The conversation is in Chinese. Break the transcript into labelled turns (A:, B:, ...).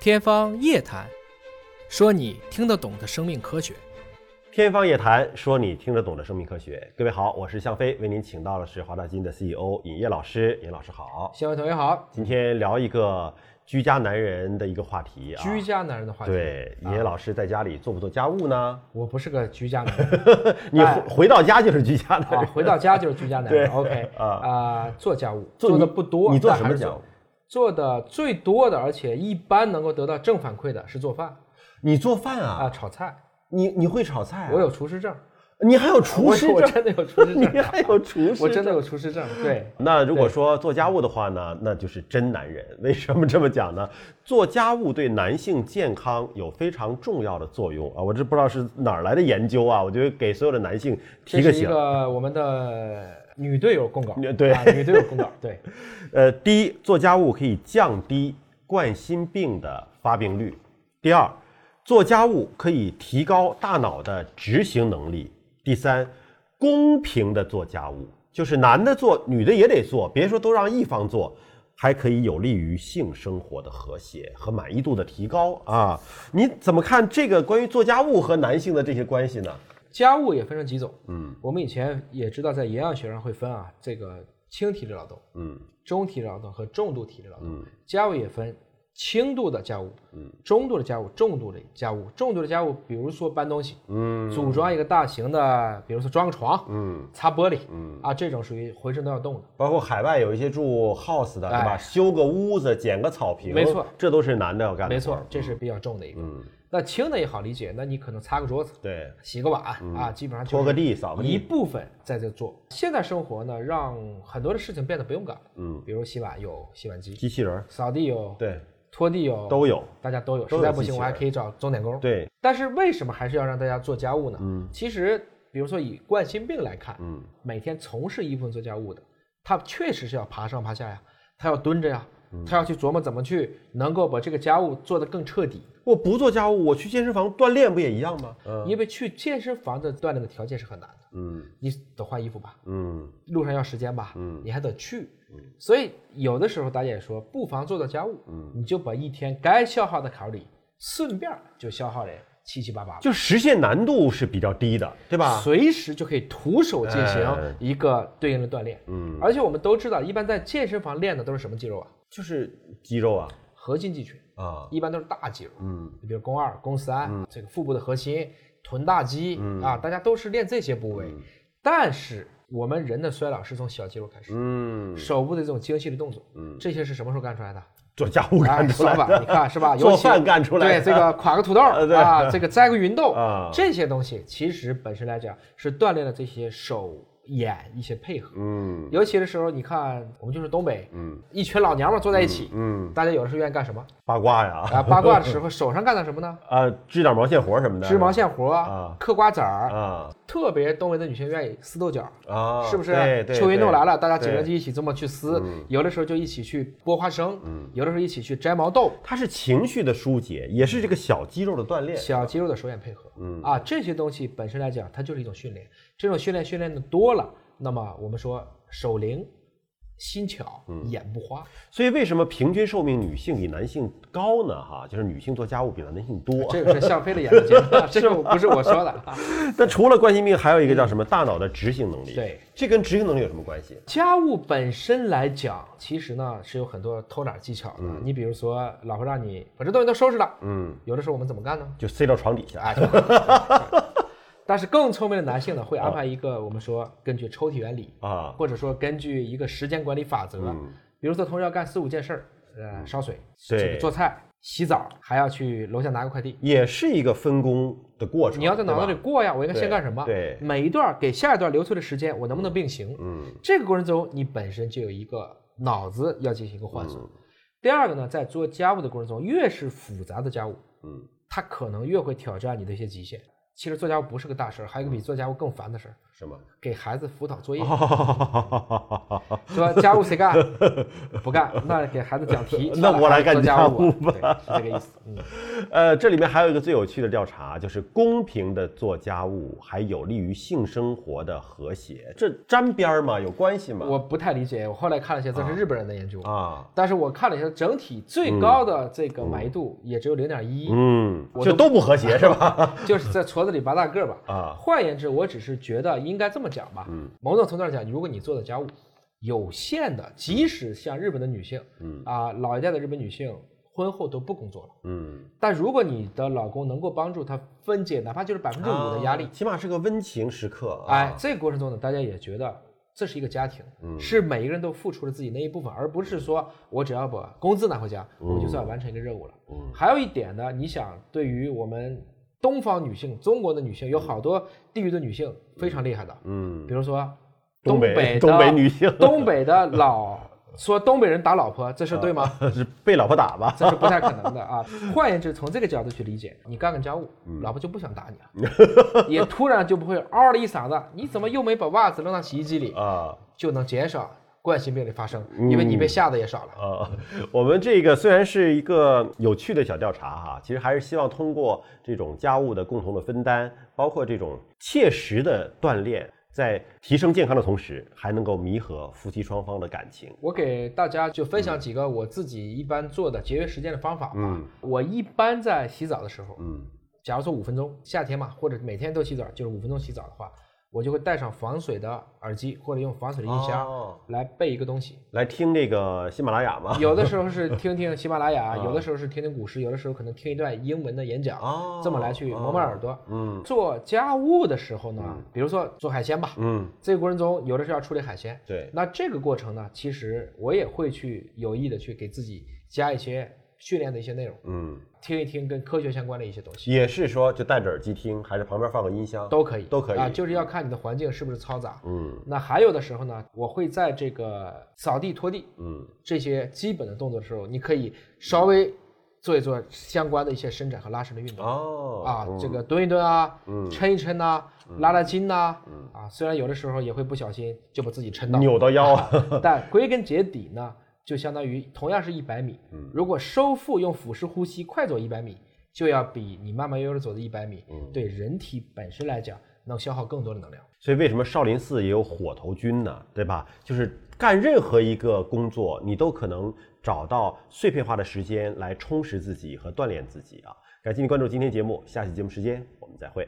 A: 天方夜谭，说你听得懂的生命科学。
B: 天方夜谭，说你听得懂的生命科学。各位好，我是向飞，为您请到的是华大基因的 CEO 尹烨老师。尹老师好，
A: 小伟同学好，
B: 今天聊一个居家男人的一个话题啊。
A: 居家男人的话题，啊
B: 对，尹烨老师在家里做不做家务呢？
A: 我不是个居家男人。 哎
B: 你回回到家就是居家男
A: 啊，
B: 人，
A: 回到家就是居家男人。
B: 对
A: OK
B: 啊
A: 啊，做家务
B: 做
A: 做的
B: 你
A: 不多，
B: 你做
A: 但
B: 什
A: 还
B: 么
A: 是
B: 家
A: 做
B: 务？
A: 做的最多的，而且一般能够得到正反馈的是做饭
B: 你做饭啊？
A: 啊，炒菜。
B: 你你会炒菜、啊？
A: 我有，厨师证，
B: 你还有厨
A: 我
B: 师
A: 我
B: 证？
A: 真的有厨师证，
B: 你还有厨师？
A: 我真的。有厨师证。对，
B: 那如果说做家务的话呢，那就是真男人。为什么这么讲呢？做家务对男性健康有非常重要的作用啊！我这不知道是哪儿来的研究啊，我觉得给所有的男性提
A: 这
B: 个
A: 是一
B: 醒。啊
A: 个我们的女队友供稿，
B: 女对
A: 啊女队友供稿，对，
B: 呃，第一，做家务可以降低冠心病的发病率；第二，做家务可以提高大脑的执行能力；第三，公平的做家务，就是男的做，女的也得做，别说都让一方做。还可以有利于性生活的和谐和满意度的提高啊！你怎么看这个关于做家务和男性的这些关系呢？
A: 家务也分成几种，嗯，我们以前也知道，在营养学上会分啊，这个轻体力劳动、
B: 嗯
A: 中体力劳动和重度体力劳动。
B: 嗯
A: 家务也分轻度的家务、
B: 嗯
A: 中度的家务、重度的家务。重度的家务，比如说搬东西、
B: 嗯
A: 组装一个大型的，比如说装个床、
B: 嗯，
A: 擦玻璃，
B: 嗯
A: 啊，这种属于浑身都要动的。
B: 包括海外有一些住 house 的，对吧？
A: 哎
B: 修个屋子，剪个草坪，
A: 没错
B: 这都是男的要干的。
A: 没错，，这是比较重的一个。
B: 嗯，
A: 那轻的也好理解，那你可能擦个桌子、
B: 对，
A: 洗个碗、啊，基本上就
B: 嗯拖个
A: 是
B: 地，扫个
A: 一
B: 地，
A: 部分在这做。现代生活呢，让很多的事情变得不用干了。
B: 嗯，
A: 比如洗碗有洗碗机，
B: 机器人儿，
A: 扫地有，
B: 对，
A: 拖地有，
B: 都有，
A: 大家都有。
B: 都
A: 实
B: 有
A: 在不
B: 机
A: 行，
B: 器
A: 我还
B: 人
A: 可以找钟点工。
B: 对，
A: 但是为什么还是要让大家做家务呢？
B: 嗯
A: 其实，比如说以冠心病来看，
B: 嗯
A: 每天从事一部分做家务的，他确实是要爬上爬下呀，他要蹲着呀，
B: 嗯
A: 他要去琢磨怎么去能够把这个家务做得更彻底。
B: 我不做家务，我去健身房锻炼不也一样吗？嗯
A: 因为去健身房的锻炼的条件是很难的，
B: 嗯
A: 你得换衣服吧，
B: 嗯
A: 路上要时间吧，
B: 嗯
A: 你还得去，所以有的时候大家也说，不妨做做家务，
B: 嗯，
A: 你就把一天该消耗的卡路里，顺便就消耗的七七八八了，
B: 就实现难度是比较低的，对吧？
A: 随时就可以徒手进
B: 哎
A: 行一个对应的锻炼，
B: 嗯，
A: 而且我们都知道，一般在健身房练的都是什么肌肉啊？
B: 就是肌肉啊
A: 核心肌群，
B: 啊，
A: 一般都是大肌肉，
B: 嗯
A: 比如肱二、肱三，这个腹部的核心、臀大肌、
B: 嗯
A: 啊，大家都是练这些部位。但是我们人的衰老是从小肌肉开始，
B: 嗯，
A: 手部的这种精细的动作，
B: 嗯
A: 这些是什么时候干出来的？
B: 做家务干出来
A: 哎、扫
B: 的
A: 把，你看是吧？
B: 做
A: 尤其
B: 饭干出来的
A: 对 这个垮个土豆
B: 啊对
A: 啊，这个摘个芸豆
B: 啊
A: 这些东西其实本身来讲是锻炼了这些手眼一些配合。
B: 嗯
A: 尤其的时候，你看我们就是东北，
B: 嗯
A: 一群老娘们坐在一起，
B: 嗯，
A: 大家有的时候愿意干什么
B: 八卦呀，
A: 啊？八卦的时 候，手上干的什么呢？
B: 啊，织点毛线活什么的，
A: 织毛线活
B: 啊
A: 嗑瓜子儿，
B: 啊
A: 特别东北的女性愿意撕豆角。
B: 啊，
A: 是不是
B: 对？对
A: 秋运动
B: 对嗯
A: 来了，大家几
B: 对
A: 个人就一起这么去撕，有的时候就一起去剥花生，
B: 嗯
A: 有的时候一起去摘毛豆，
B: 它是情绪的疏解，也是这个小肌肉的锻炼。
A: 小肌肉的手眼配合，嗯啊，这些东西本身来讲，它就是一种训练。这种训练训练的多了，那么我们说手灵、心巧、
B: 嗯
A: 眼不花，
B: 所以为什么平均寿命女性比男性高呢？哈，就是女性做家务比男性多。
A: 这个是向飞的眼睛 结论，这个不是我说的。啊
B: 那除了冠心病，还有一个叫什么大脑的执行能力。
A: 对，
B: 这跟执行能力有什么关系？
A: 家务本身来讲，其实呢是有很多偷懒技巧的。你比如说，老婆让你把这东西都收拾了，
B: 嗯，
A: 有的时候我们怎么干呢？
B: 就塞到床底下。哎
A: 啊， 但是更聪明的男性呢，会安排一个我们说根据抽屉原理，
B: 啊，
A: 或者说根据一个时间管理法则，比如说同时要干四五件事儿，呃，烧水、
B: 嗯对
A: 这个做菜、洗澡，还要去楼下拿个快递。
B: 也是一个分工的过程。
A: 你要在脑子里
B: 对吧
A: 过呀，我应该先干什么？
B: 对
A: 每一段给下一段留出来时间，我能不能并行？
B: 嗯
A: 这个过程中，你本身就有一个脑子要进行一个换算。
B: 嗯
A: 第二个呢，在做家务的过程中，越是复杂的家务，
B: 嗯，
A: 它可能越会挑战你的一些极限。其实做家务不是个大事儿，还有一个比做家务更烦的事儿，
B: 什么？
A: 给孩子辅导作业。
B: 哦
A: 说家务谁干？ 不干，那给孩子讲题。
B: 那我来干
A: 做家啊
B: 家务
A: 吧，对，是这个意思。嗯，
B: 呃，这里面还有一个最有趣的调查，就是公平的做家务还有利于性生活的和谐，这沾边儿吗？有关系吗？
A: 我不太理解，我后来看了一下，这是日本人的研究，
B: 啊，
A: 但是我看了一下，整体最高的这个满意度也只有零点一，
B: 嗯，
A: 我
B: 就
A: 都
B: 都不和谐是 吧？
A: 就是在矬子里拔大个儿吧。
B: 啊，
A: 换言之，我只是觉得应该这么讲吧，
B: 嗯，
A: 某种程度上讲，如果你做的家务有限的，即使像日本的女性，
B: 嗯
A: 啊、老一代的日本女性婚后都不工作了，
B: 嗯，
A: 但如果你的老公能够帮助她分解，哪怕就是百分之五的压力
B: 啊，起码是个温情时刻。啊
A: 哎，，这个过程中呢，大家也觉得这是一个家庭，
B: 嗯
A: 是每一个人都付出了自己那一部分，而不是说我只要把工资拿回家，我就算完成一个任务了。
B: 嗯
A: 还有一点呢，你想，对于我们东方女性，中国的女性有好多地域的女性非常厉害的，
B: 嗯，
A: 比如说
B: 东
A: 北
B: 北
A: 的
B: 东北女性
A: 东北的老说东北人打老婆，这事对吗？
B: 是被老婆打吧？
A: 这是不太可能的啊！换言之，从这个角度去理解，你干干家务，
B: 嗯
A: 老婆就不想打你 了，也突然就不会嗷了一嗓子，你怎么又没把袜子扔到洗衣机里？
B: 啊
A: 就能减少冠心病的发生，因为你
B: 嗯
A: 被吓得也少了。
B: 啊，我们这个虽然是一个有趣的小调查哈，其实还是希望通过这种家务的共同的分担，包括这种切实的锻炼，在提升健康的同时，还能够弥合夫妻双方的感情。
A: 我给大家就分享几个我自己一般做的节约时间的方法吧。
B: 嗯
A: 我一般在洗澡的时候，
B: 嗯
A: 假如说五分钟，夏天嘛，或者每天都洗澡，就是五分钟洗澡的话，我就会带上防水的耳机或者用防水的音箱
B: 哦
A: 来备一个东西。
B: 来听这个喜马拉雅 吗？
A: 有的时候是听听喜马拉 雅，有的时候是听听古诗，有的时候可能听一段英文的演讲，
B: 啊哦
A: 这么来去磨磨耳朵。
B: 嗯
A: 做家务的时候呢，比如说做海鲜吧，
B: 嗯，
A: 这个过程中有的是要处理海鲜，
B: 对，
A: 那这个过程呢，其实我也会去有意的去给自己加一些训练的一些内容，
B: 嗯，
A: 听一听跟科学相关的一些东西
B: 也是说就戴着耳机听，还是旁边放个音箱？
A: 都可以，
B: 哦都可以
A: 啊，就是要看你的环境是不是嘈杂。
B: 嗯
A: 那还有的时候呢，我会在这个扫地、拖地
B: 嗯
A: 这些基本的动作的时候，你可以稍微做一做相关的一些伸展和拉伸的运动。
B: 哦
A: 啊，
B: 嗯
A: 这个蹲一蹲啊，抻一抻呐、拉拉筋呐、啊，虽然有的时候也会不小心就把自己抻到，
B: 嗯扭到腰啊。
A: 但归根结底呢，就相当于同样是一百米，
B: 嗯
A: 如果收腹用腹式呼吸快走一百米，就要比你慢慢悠悠地走的一百米，
B: 嗯
A: 对人体本身来讲能消耗更多的能量。
B: 所以为什么少林寺也有火头军呢？对吧？就是干任何一个工作，你都可能找到碎片化的时间来充实自己和锻炼自己啊。感谢您关注今天节目，下期节目时间我们再会。